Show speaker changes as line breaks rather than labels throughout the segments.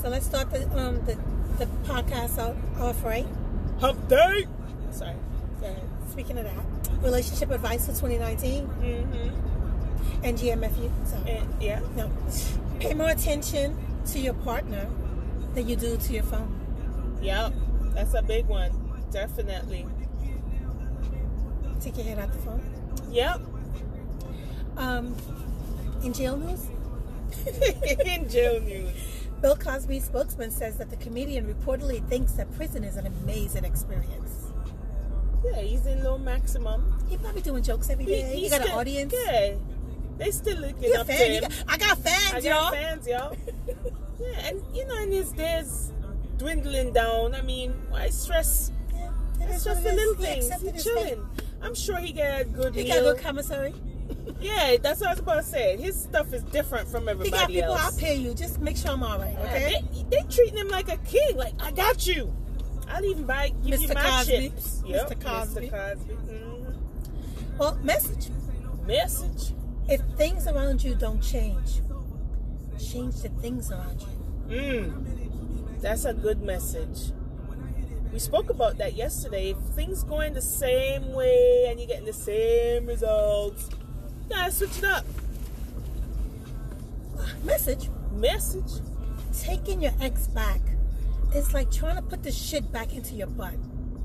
So let's start the um the, the podcast out, off right.
Hump day.
Sorry. Yeah, speaking of that, relationship advice for 2019
Mm-hmm.
and GMFU. So eh,
And, yeah.
no, pay more attention to your partner than you do to your phone.
Yep. That's a big one. Definitely.
Take your head out the phone.
Yep.
Um, in jail news,
In jail news.
Bill Cosby's spokesman says that the comedian reportedly thinks that prison is an amazing experience.
Yeah, he's in low maximum.
He probably doing jokes every day.
He-
He,
he's
got an
still-
audience.
Yeah. They still looking
You a
up
fan.
to
You
him.
got, I got fans,
I
y'all.
got fans, y'all. Yeah, and you know, and his days dwindling down. I mean, why stress?
Yeah, it
It's
is
just
what
the
it is.
little
He
things.
accepted
He's
his fate.
chilling. I'm sure he got a good
He
deal.
got a good commissary.
yeah, that's what I was about to say. His stuff is different from
He got
everybody
people. I'll
else.
pay you. Just make sure I'm all right,
Yeah,
okay?
They, they treating him like a king. Like I got you. I'll even buy give you
Mr.
my
Cosby.
chips.
Mr.
Yep,
Cosby.
Mr. Cosby. Mhm.
Well, message.
Message.
If things around you don't change, change the things around you.
Mm. That's a good message. We spoke about that yesterday. If things going the same way and you're getting the same results, you gotta switch it up.
Message.
Message.
Taking your ex back is like trying to put the shit back into your butt.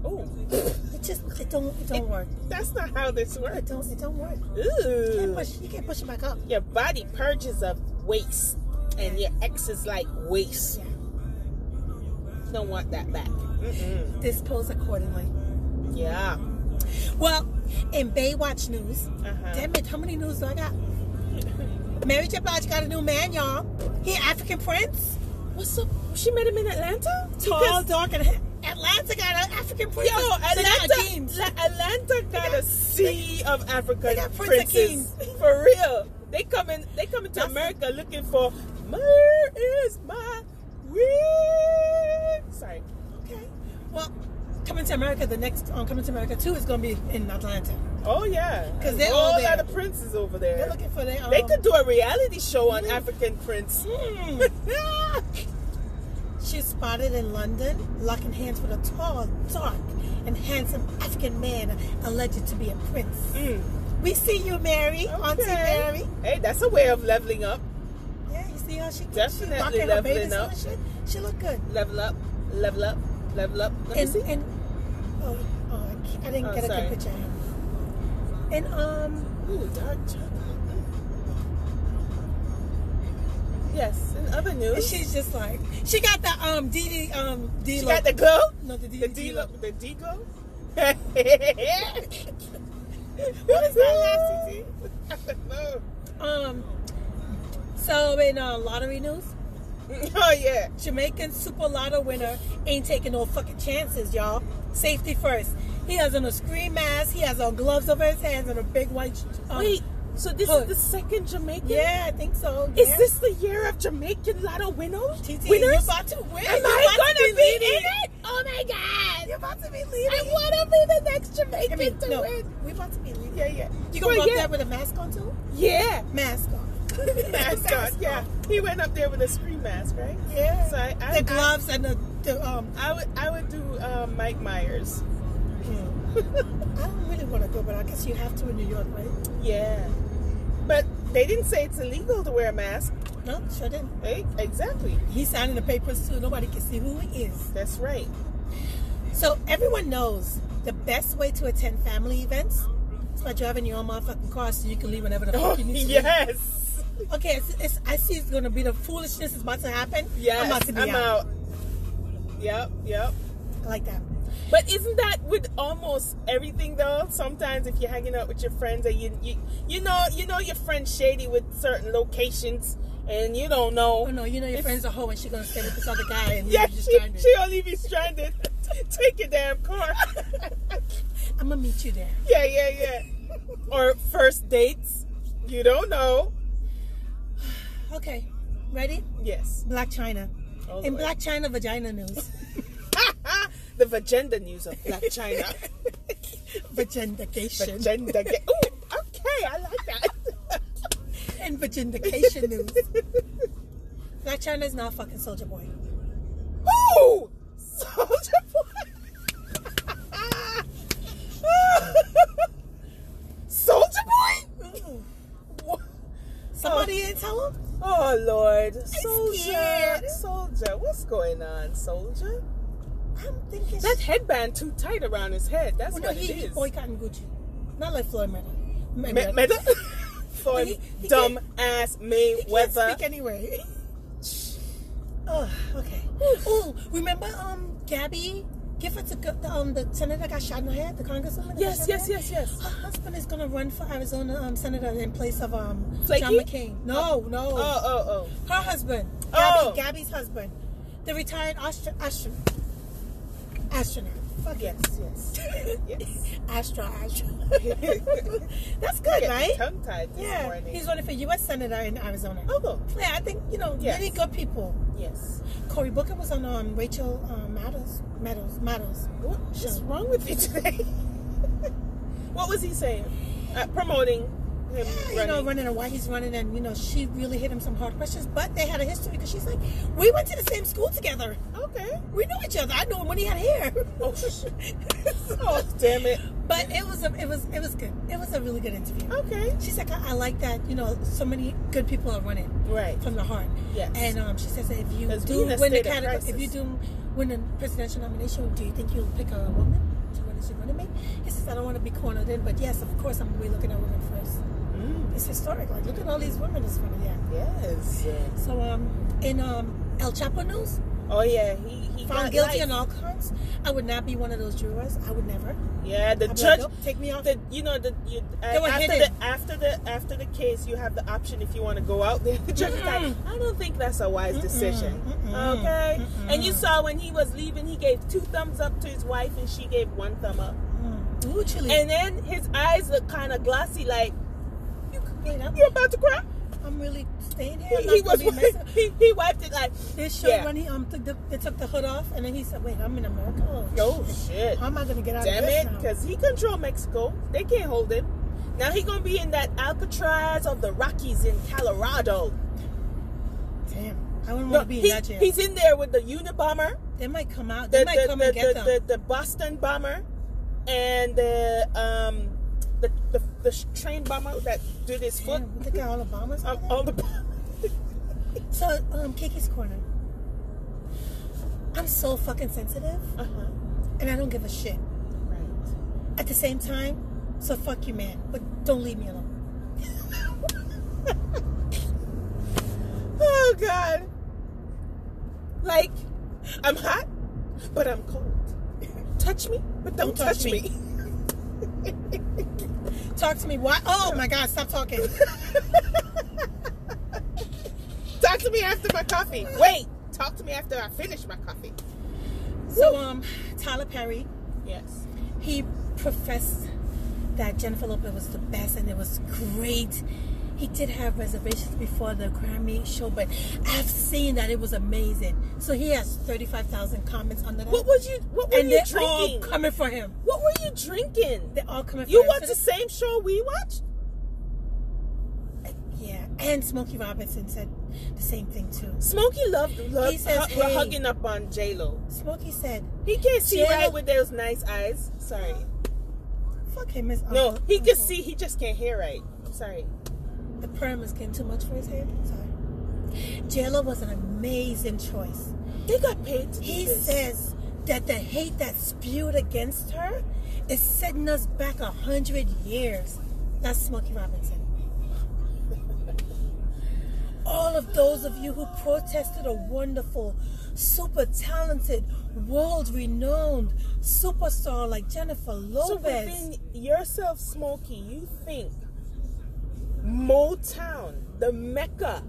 Oh,
It just it don't it don't work.
that's not how this
It
works.
don't it don't work. You can't
Ooh.
push you can't push it back up.
Your body purges of waste, and your ex is like waste.
Yeah.
Don't want that back. Mm-mm.
Dispose accordingly.
Yeah.
Well, in Baywatch news,
Uh-huh.
damn it, how many news do I got? Mary J. Blige got a new man, y'all. He an African prince.
What's up? She met him in Atlanta.
Tall, dark, and Atlanta got an African
Yo,
prince.
Atlanta, La- Atlanta got
got-
a sea of African
got Prince
princes for real. They coming, they coming to
That's-
America looking for where is my ring? Sorry,
Okay. Well, coming to America, the next on Coming to America 2 is going to be in Atlanta.
oh yeah,
'Cause they're
a
all
whole
there.
lot of princes over
They're
there.
looking for their
They
um,
could do a reality show on African prince.
She's spotted in London, locking hands with a tall, dark, and handsome African man alleged to be a prince.
Mm.
We see you, Mary, Auntie
Okay.
Mary.
Hey, that's a way of leveling up.
Yeah, you see how she
Definitely
she rocking her
leveling
bathing suit
up.
and shit? She look good.
Level up, level up, level up. Let me
And,
see.
and oh, oh, I can't- I didn't
Oh,
get a
sorry.
good picture. of him. And um,
Ooh, dark chocolate. Mm. Yes, in other news, she,
she's just like she got the um DD um D
got the glow.
no the
The
DD
D
D-Lo.
look, the D glow. what was that last CC? I don't know.
um. So in uh, lottery news,
Oh yeah.
Jamaican Super Lotto winner ain't taking no fucking chances, y'all. Safety first. He has on a screen mask. He has on gloves over his hands and a big white. Um,
Wait, so this is
Hood.
the second Jamaican?
Yeah, I think so.
Is
yeah.
this the year of Jamaican lotto winners?
TT, you're
winners?
about to win.
Am
You're
I
about
gonna be,
to be leading.
in it? Oh my god!
You're about to be leading.
I wanna be the next Jamaican
I mean,
to
no,
win.
we're about to be leading.
Yeah, yeah.
You
Well,
gonna go up
yeah.
there with a mask on too?
Yeah.
Mask on.
mask on. Yeah, he went up there with a screen mask, right?
Yeah.
So I, I,
the gloves and the, the um.
I, I would, I would do um, Mike Myers.
I don't really want to go, but I guess you have to in New York, right?
Yeah, but they didn't say it's illegal to wear a mask.
No, sure didn't.
Eh? Exactly.
He's signing the papers too. Nobody can see who he is.
That's right.
So everyone knows the best way to attend family events is by driving your own motherfucking car, so you Oh, can leave whenever the fuck you need to. leave.
Oh, yes.
Okay, it's, it's, I see it's gonna be the foolishness is about to happen.
Yes.
I'm about to be out.
out. Yep. Yep.
I like that.
But isn't that with almost everything though? Sometimes if you're hanging out with your friends and you you, you know you know your friend shady with certain locations and you don't know.
Oh no, you know your
It's-
friend's a hoe and she's gonna stay with this other guy and
Yeah,
you're just
she,
trying to.
she'll leave you stranded. Take your damn car.
I'm gonna meet you there.
yeah, yeah, yeah. Or first dates. You don't know.
Okay, ready?
Yes.
Black China.
Oh,
In
Lord.
Black China vagina news,
the vagina news of Black China.
vagindication.
Vagina. Ga- Ooh, okay, I like that.
and vagindication news. Black China is now fucking Soldier Boy. Somebody didn't tell him?
Oh Lord, soldier,
scared.
soldier, what's going on, soldier?
I'm thinking
That headband too tight around his head. That's
Oh, no,
what
he,
it
he
is.
boycotting Gucci. Not like Floyd Mayweather.
Me-
Mayweather.
Meda- for
But he- he
dumb ass
He can't
Mayweather.
speak anyway. oh, okay. Oh, remember um Gabby Gifford, the, gu- the, um, the senator that got shot in the head, the congresswoman? that got
Yes,
shot in
yes,
the head?
yes, yes.
Her husband is gonna run for Arizona um, senator in place of um John
Flakey?
McCain. No, no.
Oh, oh,
Her husband. Gabby,
Oh.
Gabby's husband. The retired astro- astronaut. Astronaut.
oh. Yes, yes. Yes.
Astro, astro. That's good, right?
Tongue tied this
Yeah,
morning.
he's running for U.S. senator in Arizona.
oh,
Yeah, I think you know
Yes.
really good people.
yes.
Cory Booker was on um, Rachel um, Maddows. Maddows. Maddows.
What is wrong with you today? what was he saying? Uh, promoting him
Yeah,
running.
you know, running and why he's running, and you know, she really hit him some hard questions. But they had a history because she's like, we went to the same school together.
Okay.
We know each other. I knew him when he had hair.
Oh, shit. oh, damn it.
But it was a, it was it was good. It was a really good interview.
Okay.
She's like, I, I like that. You know, so many good people are running.
Right.
from the heart.
Yes.
And um, she says that if you
Because
do
being a
win the
state of
category, if
crisis.
you do win the presidential nomination, do you think you'll pick a woman to run as your running mate? He says, I don't want to be cornered in, but yes, of course, I'm really looking at women first.
Mm,
It's historic. Like, look at all these women that's running. Yeah.
yes.
So um, in um, El Chapo news,
Oh, yeah. He, he got
found guilty
life.
on all counts. I would not be one of those jurors. I would never.
Yeah, the
I'd be like,
judge.
"Nope, take me off.
the you know the you, uh,
were
after
hidden.
the after the after the case you have the option if you want to go out there the judge is like
Mm-mm.
i don't think that's a wise decision
Mm-mm.
okay and you
Mm-mm.
saw when he was leaving he gave two thumbs up to his wife and she gave one thumb up
Mm. Ooh, chili.
and then his eyes look kind of glossy like
you, wait, I'm,
you're about to cry
I'm really staying here.
he,
I'm not
he
gonna
was
be messing-
he, he wiped it like
They showed
Yeah.
when he um took the, they took the hood off, and then he said, "Wait, I'm in America. Oh,
oh
shit.
shit
How am I gonna get out
damn
of this
it
now?"
because he control mexico they can't hold him now he gonna be in that alcatraz of the rockies in colorado
Damn, I wouldn't
No,
want to be in
he-
that jail.
he's in there with the Unabomber,
They might come out.
the the,
They might come
the,
and get
the,
them.
the, the Boston bomber, and the um the the, the sh- train bomber that did his foot
Damn, they got all Obama's.
um,
on there.
on the.
so, um, Kiki's corner. I'm so fucking sensitive,
uh
and I don't give a shit.
Right.
At the same time, so fuck you, man. But don't leave me alone.
Oh God. Like, I'm hot, but I'm cold. Touch me, but don't, touch, me.
Talk to me. Why? Oh my God! Stop talking.
Talk to me after my coffee. Wait, talk to me after I finish my coffee.
so, um, Tyler Perry.
Yes.
he professed that Jennifer Lopez was the best and it was great. He did have reservations before the Grammy show, but I've seen that it was amazing. So he has 35,000 comments under that.
What was you? What were
and
you
they're all
drinking?
coming for him.
What were you drinking?
They're all coming
You
for
watch
him.
the same show we watch?
Yeah, and Smokey Robinson said the same thing too.
Smokey loved, loved
He says,
hu- were
"Hey."
hugging up on J Lo.
Smokey said,
He can't see
J-Lo-
right with those nice eyes. Sorry. Oh.
fuck him, his
No,
uncle-
he can
uncle.
see. He just can't hear right. I'm sorry.
The perm is getting too much for his hair. Sorry. JLo was an amazing choice.
They got paid to do
He
this.
says that the hate that spewed against her is setting us back a hundred years. That's Smokey Robinson. All of those of you who protested a wonderful, super talented, world renowned superstar like Jennifer
so
Lopez.
within yourself, Smokey, you think Motown, the mecca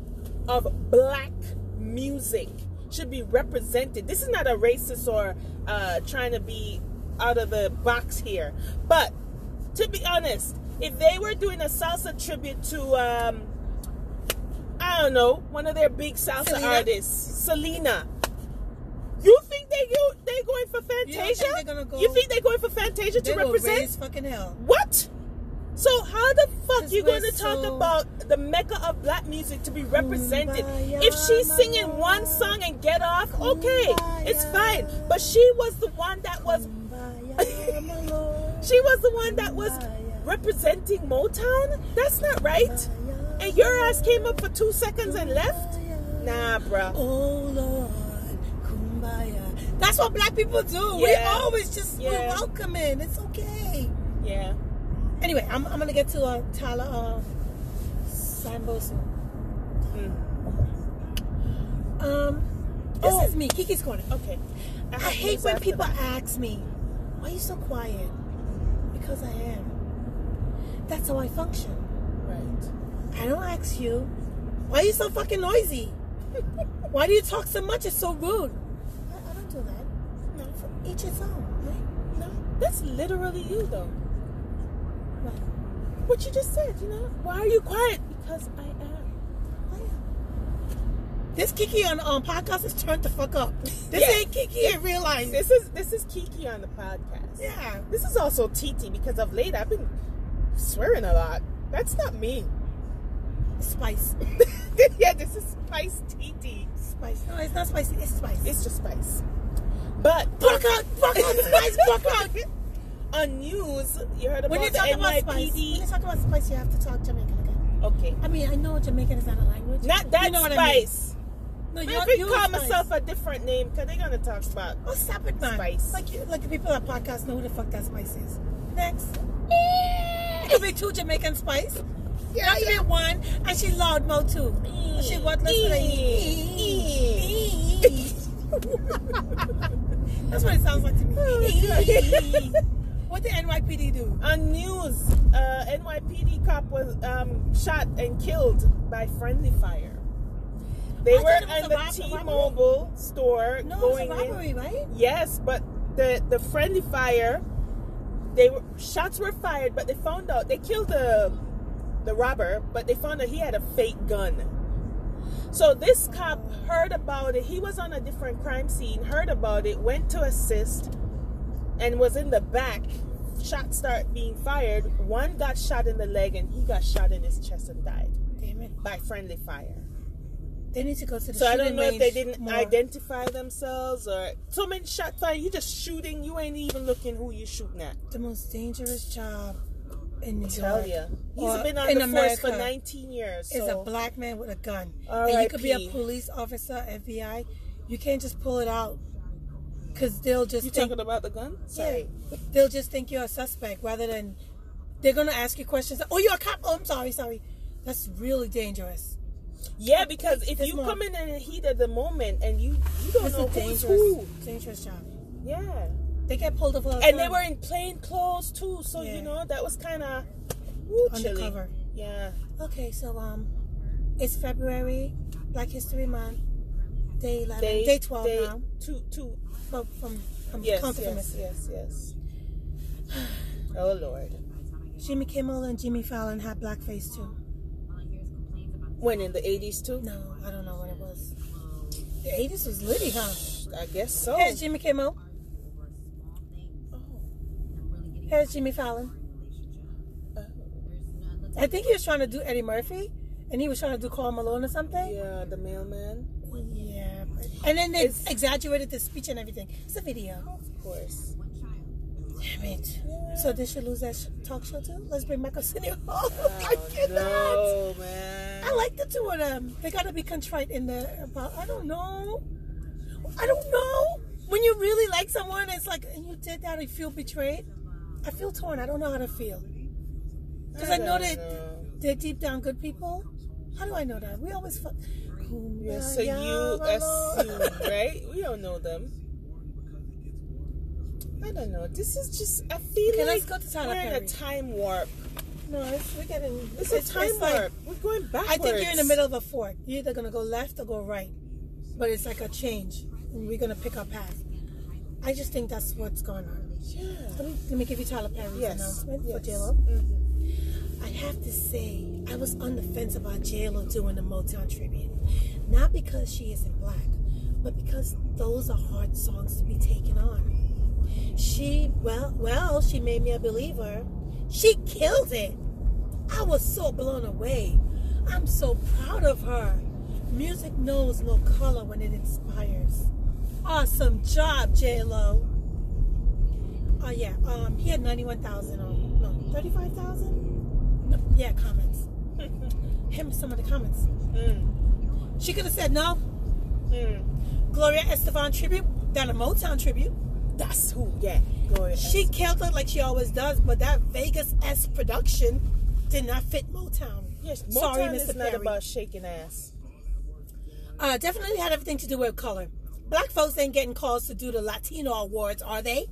of black music, should be represented. This is not a racist or uh, trying to be out of the box here, but to be honest, if they were doing a salsa tribute to, um, I don't know, one of their big salsa
Selena?
artists, Selena. You think they go, they going for
think
Fantasia?
they're gonna go-
You think they going for Fantasia
they
to
will
represent?
raise fucking hell.
What? So how the fuck
This
you
was
gonna talk
so-
about the mecca of black music to be represented?
Kumbaya,
if she's
my
singing
love.
one song and get off, okay, it's
Kumbaya.
fine. But she was the one that was
Kumbaya, my lord.
she was the one that was
Kumbaya.
representing Motown. That's not right. and your ass came up for two seconds and left? Nah, bruh.
Oh Lord, kumbaya. That's what black people do. We
Yeah.
always just we're
Yeah.
welcoming. It's okay.
Yeah.
Anyway, I'm, I'm gonna get to uh, Tyler uh, Sambo's.
Mm.
Um, this
Oh.
is me, Kiki's corner.
Okay.
I
have
hate
news
when
after
people
that.
ask me, why are you so quiet? Because I am. That's how I function.
Right.
I don't ask you, why are you so fucking noisy? why do you talk so much? It's so rude. I, I don't do that. No, for each its own.
No, that's literally you though.
Right? Right.
What you just said, you know? Why are you quiet? Because I am.
Oh, This Kiki on um, podcast is turned the fuck up. This
Yeah.
ain't Kiki in real life.
This is this is Kiki on the podcast.
yeah.
This is also Titi because of late I've been swearing a lot. That's not me.
Spice.
yeah, this is Spice Titi.
Spice. No, it's not spicy. It's spice.
It's just Spice. But
Fuck out. Fuck out. Spice. Fuck out.
on news, you heard about
When you
the
talk about spice, when you
NYPD.
talk about spice, you have to talk Jamaican again.
Okay,
I mean, I know Jamaican is not a language.
not that
you know What I mean.
Spice.
No,
I,
you
could
you
call
spice.
myself a different name because they're gonna talk about.
Oh, stop it, man.
Spice.
Like, you, like the people that podcast know who the fuck that spice is. Next. Could be two Jamaican spice.
Yeah,
Not to be one, and she loudmouth too.
Mm.
She worthless for
Mm.
That's what it sounds like to me.
God.
what did NYPD do?
On news, uh, NYPD cop was um, shot and killed by friendly fire. They
I
were
thought it was
at
a
the
rob- a robbery.
T-Mobile store
No,
going
it was a robbery, right?
in. Yes, but the the friendly fire, they were shots were fired, but they found out they killed the the robber, but they found out he had a fake gun. So this cop heard about it. He was on a different crime scene, heard about it, went to assist, and was in the back. Shots start being fired. One got shot in the leg, and he got shot in his chest and died
Damn it.
by friendly fire.
They need to go to the
So I don't
shooting
know if they
range
didn't
more.
identify themselves or so many shots fired. You just shooting. You ain't even looking who you shooting at.
The most dangerous job in New
Tell
York.
ya, he's
or
been on
in
the force for
America
19 years.
is
so-
a black man with a gun. And
R.I.P..
you could be a police officer, FBI. You can't just pull it out because they'll just
you
think,
talking about the gun?
yeah,
Sorry.
they'll just think you're a suspect rather than they're gonna ask you questions. Oh, you're a cop. Oh, I'm sorry, sorry. That's really dangerous.
Yeah, because if
There's
you
more.
come in in the heat of the moment and you you don't
It's
know
a
who's
dangerous,
who.
dangerous job.
Yeah.
They get pulled over. all the
And they
time.
were in plain clothes too, so
Yeah.
you know that was kind of
Undercover.
Yeah.
Okay, so um, it's February, Black History Month, day eleven, day, twelve
they-
now.
Two, two.
From from, from
Yes,
counting from
yes,
this.
yes, yes. Oh Lord.
Jimmy Kimmel and Jimmy Fallon had blackface too.
When in the eighties too?
No, I don't know what it was. The 80s was litty, huh?
I guess so.
Here's Jimmy Kimmel. Here's Jimmy Fallon. I think he was trying to do Eddie Murphy, and he was trying to do Carl Malone or something.
Yeah, the mailman.
Yeah. but- And then they
It's-
exaggerated the speech and everything. It's a video.
Of course.
Damn it. So they should lose that sh- talk show too? Let's bring back Arsenio Hall. I
Oh,
cannot.
no, man.
I like the two of them. They gotta be contrite in the about. I don't know. I don't know. When you really like someone, it's like and you did that. I feel betrayed. I feel torn. I don't know how to feel because I, know
don't
that
know.
they're deep down good people. How do I know that? We always fuck.
Yeah,
Yes,
so you assume, right? We don't know them. I don't know. This is just. I feel
Okay,
like
let's go to Tyler
we're in
Perry.
a time warp.
No, it's, we're getting.
It's, a time
like-
warp. we're going backwards.
I think you're in the middle of a fork. You're either gonna go left or go right, but it's like a change. And we're gonna pick our path. I just think that's what's going on.
Yeah.
Let me, let me give you Tyler Perry's
Yes,
announcement for
yes.
JLo. I have to say, I was on the fence about JLo doing the Motown tribute. Not because she isn't black, but because those are hard songs to be taken on. She, well, well, she made me a believer. She killed it. I was so blown away. I'm so proud of her. Music knows no color when it inspires. Awesome job, JLo. Oh yeah, um, he had ninety-one thousand. Um, no, thirty-five thousand. No, yeah, comments. him some of the comments.
Mm,
She could have said no.
mm.
Gloria Estefan tribute, done a Motown tribute.
That's who. Yeah. Gloria.
She killed it like she always does, but that Vegas S production did not fit Motown.
Yes, Motown
Sorry, Mr.
is not
Perry.
about shaking ass.
Uh, definitely had everything to do with color. Black folks ain't getting calls to do the Latino awards, are they?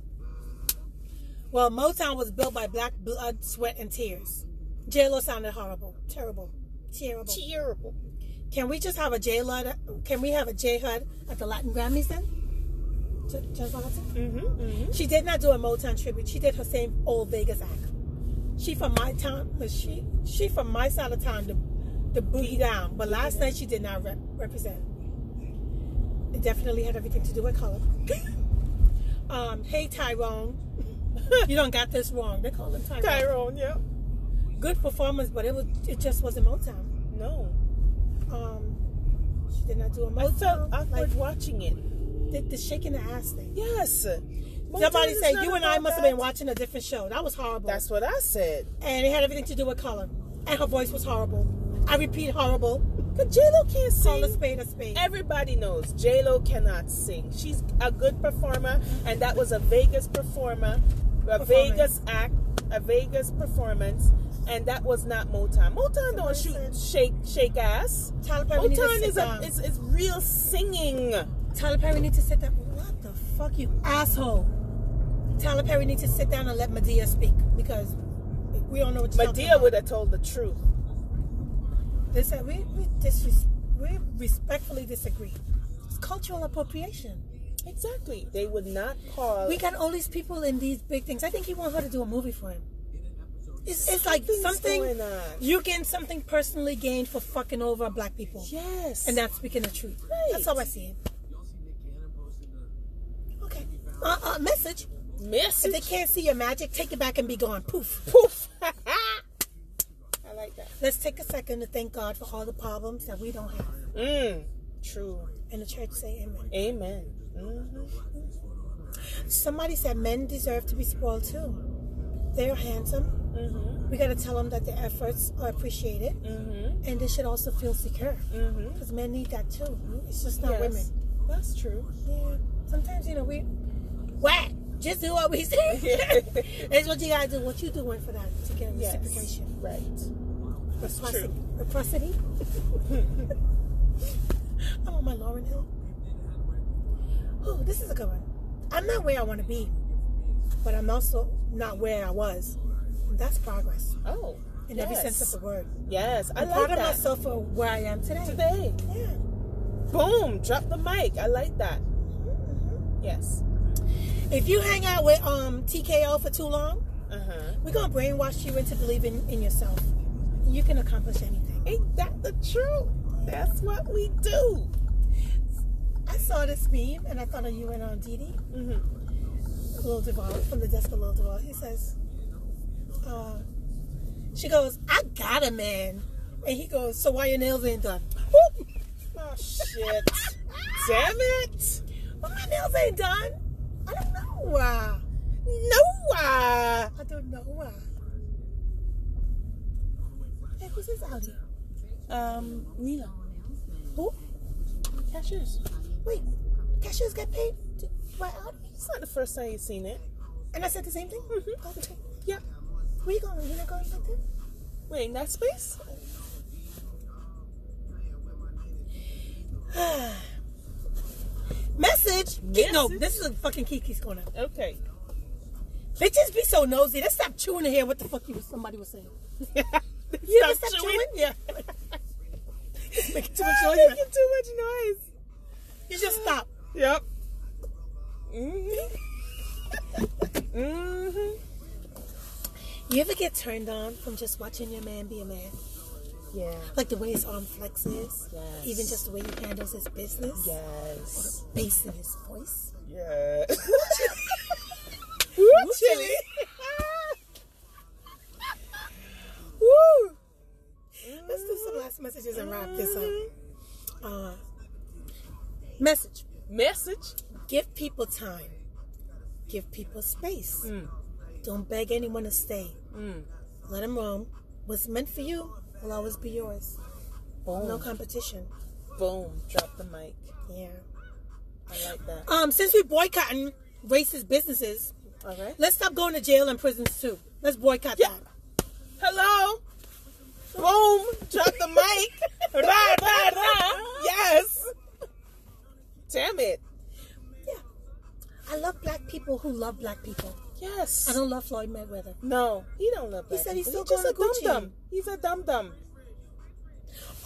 Well, Motown was built by black blood, sweat, and tears. J-Lo sounded horrible, terrible, terrible.
Terrible.
Can we just have a J Lud? Can we have a J HUD at the Latin Grammys then? J- Jennifer Hudson?
Mm-hmm. mm-hmm.
She did not do a Motown tribute. She did her same old Vegas act. She from my town, but she she from my side of town, the the boogie down. But last night she did not rep- represent. It definitely had everything to do with color. um, hey Tyrone, you don't got this wrong. They call him Tyrone.
Tyrone. Yeah.
Good performance, but it was it just wasn't Motown.
No.
Um, she did not do a
I
Motown.
felt awkward
like,
watching it.
the, the shaking the ass thing.
Yes.
Somebody
Motown is
said
not
you and I
about
must have been
that.
watching a different show. That was horrible.
That's what I said.
and it had everything to do with color. And her voice was horrible. I repeat, horrible.
Cause J Lo can't
Call a
sing.
spade a spade.
Everybody knows J Lo cannot sing. She's a good performer, and that was a Vegas performer, a
Mm-hmm. Performance.
Vegas act, a Vegas performance, and that was not Motown. Motown don't
Somebody
shoot shake
said-
shake ass.
Tyler Perry needs to
Motown
sit
is a
down.
is, is real singing.
Tyler Perry need to sit down. What the fuck, you asshole? Tyler Perry need to sit down and let Medea speak because we don't know what you're talking
Medea
about.
would have told the truth.
They said we we, disres- we respectfully disagree. It's cultural appropriation.
Exactly. They would not call.
We got all these people in these big things. I think he wants her to do a movie for him. It's, it's like
Something's
something
going on.
you gain something personally gained for fucking over black people.
yes.
and not speaking the truth.
Right.
That's how I see it. Okay. Uh, uh, message. If
message.
they can't see your magic, take it back and be gone. Poof.
Poof. I like that.
Let's take a second to thank God for all the problems that we don't have.
Mm. True.
And the church say amen.
Amen. Mhm.
Somebody said men deserve to be spoiled too. They're handsome.
Mhm.
We got to tell them that their efforts are appreciated.
Mhm.
And they should also feel secure.
Mhm.
Because men need that too. It's just not
Yes.
women.
That's true.
Yeah. Sometimes, you know, we whack. Just do what we say. That's what you gotta do. What you doing for that to get
Yes.
reciprocation?
Right.
Reciprocity.
true.
Reciprocity. I'm on my Lauren Hill. Oh, this is a good one. I'm not where I want to be, but I'm also not where I was. And that's progress
Oh.
in every
yes.
sense of the word.
Yes, I
I'm
like
proud of
that.
myself for where I am today.
Today,
Yeah.
boom, drop the mic. I like that.
Mhm.
Yes.
If you hang out with um, TKO for too long,
Uh huh.
We're gonna brainwash you into believing in yourself. You can accomplish anything.
Ain't that the truth? That's what we do.
I saw this meme and I thought of you and on Didi,
Mm-hmm.
Lil Duval, from the desk of Lil Duval. He says, uh, she goes, I got a man. And he goes, so why your nails ain't done? Whoop.
Oh shit! Damn it!
Well, my nails ain't done. I don't know why.
No! Uh,
I don't know why. Hey, who's this Audi?
um, Nila.
Who?
Cashiers.
Wait, cashiers get paid to buy Audi?
It's not the first time you've seen it.
And I said the same thing?
Mhm.
Oh, okay.
Yeah.
Where you going? You not going like that?
Wait, in that space?
Message. Ki- No,
Message?
this is a fucking Kiki's corner.
Okay.
Bitches be so nosy. They stop chewing to hear what the fuck you somebody was saying.
you
You ever stop chewing? Yeah. Making too much noise.
Making too much noise.
You just stop.
Yep. Mm-hmm. mm-hmm.
You ever get turned on from just watching your man be a man?
Yeah.
Like the way his arm flexes,
Yes.
even just the way he handles his business,
Yes.
bass in his voice.
Yeah.
Woo, chili.
Woo!
Let's do some last messages and
Mm-hmm.
wrap this up. Uh, message.
Message.
Give people time. Give people space. Don't beg anyone to stay. Let them roam. What's meant for you will always be yours.
Boom.
No competition.
Boom. Drop the mic.
Yeah.
I like that.
Um, since we boycotting racist businesses,
All right.
let's stop going to jail and prisons too. Let's boycott
Yeah.
that.
Hello. Boom. Drop the mic. ra ra ra. Yes. Damn it.
Yeah. I love black people who love black people.
Yes.
I don't love Floyd Mayweather.
No, he don't love black.
said he's
people.
still
just
going
a dum
to
dum.
Gucci.
He's a dum dum.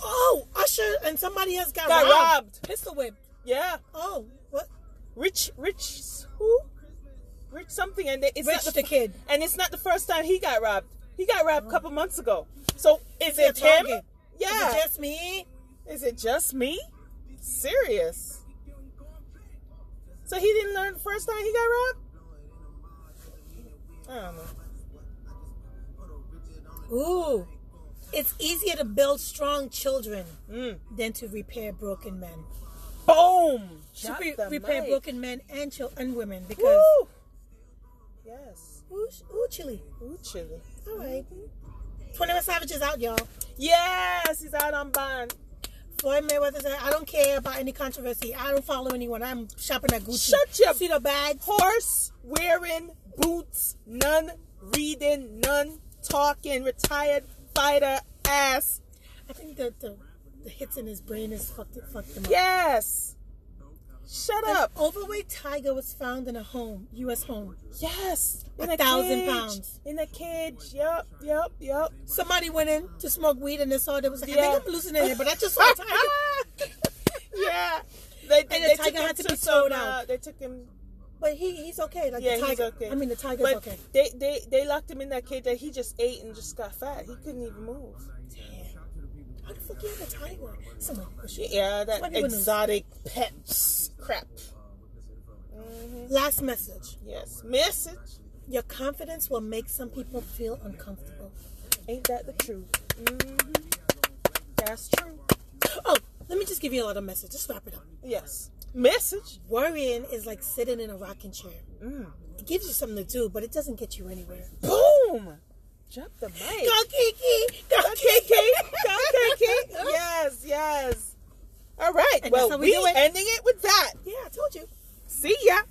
Oh, Usher and somebody else got,
Got
robbed.
robbed.
Pistol whip.
Yeah.
Oh, what?
Rich, rich, who? Rich something, and it's
Rich
not the,
the kid.
And it's not the first time he got robbed. He got robbed a couple months ago. So is
Yeah,
it him?
Target.
Yeah.
Is it just me?
Is it just me? Serious. So he didn't learn the first time he got robbed? I don't know.
Ooh. It's easier to build strong children
Mm.
than to repair broken men.
Boom!
Should
Drop
we
the
repair
mic.
broken men and chil- and women because
Woo! Yes.
ooh, ooh, chili.
Ooh, chili.
All right. Twenty One Savage is out, y'all.
Yes, he's out on bond.
Floyd Mayweather said, "I don't care about any controversy. I don't follow anyone. I'm shopping at Gucci.
Shut your-
see the bag.
Horse wearing boots, none reading, none talking, retired fighter ass.
I think that the, the hits in his brain is fucked fucked him up.
Yes. Shut
An
up.
overweight tiger was found in a home, U.S. home.
Yes.
A thousand
cage.
pounds.
In a cage. Yup, yup, yup.
Somebody went in to smoke weed and they saw there was. I
Yeah.
think I'm hallucinating, but I just saw a tiger.
yeah. They, they,
And the
they
tiger
took him
had to be
some,
thrown out.
uh, They took him.
But he he's okay. Like
Yeah,
the tiger.
he's okay.
I mean, the tiger's
But
okay.
they, they, they locked him in that cage that he just ate and just got fat. He couldn't even move.
How the fuck you have a tiger? Someone push it.
Yeah, that
Somebody would know.
exotic pets crap.
Last message.
Yes. Message.
Your confidence will make some people feel uncomfortable.
Ain't that the truth? hmm That's true.
Oh, let me just give you a little message. Just wrap it up.
Yes. Message. Mm.
Worrying is like sitting in a rocking chair. It gives you something to do, but it doesn't get you anywhere.
Boom. Drop the mic.
Go Kiki! Go
Kiki. Go Kiki.
Kiki!
Yes, yes. All right.
And that's
well,
how
we
we do it.
ending it with that.
Yeah, I told you.
See ya.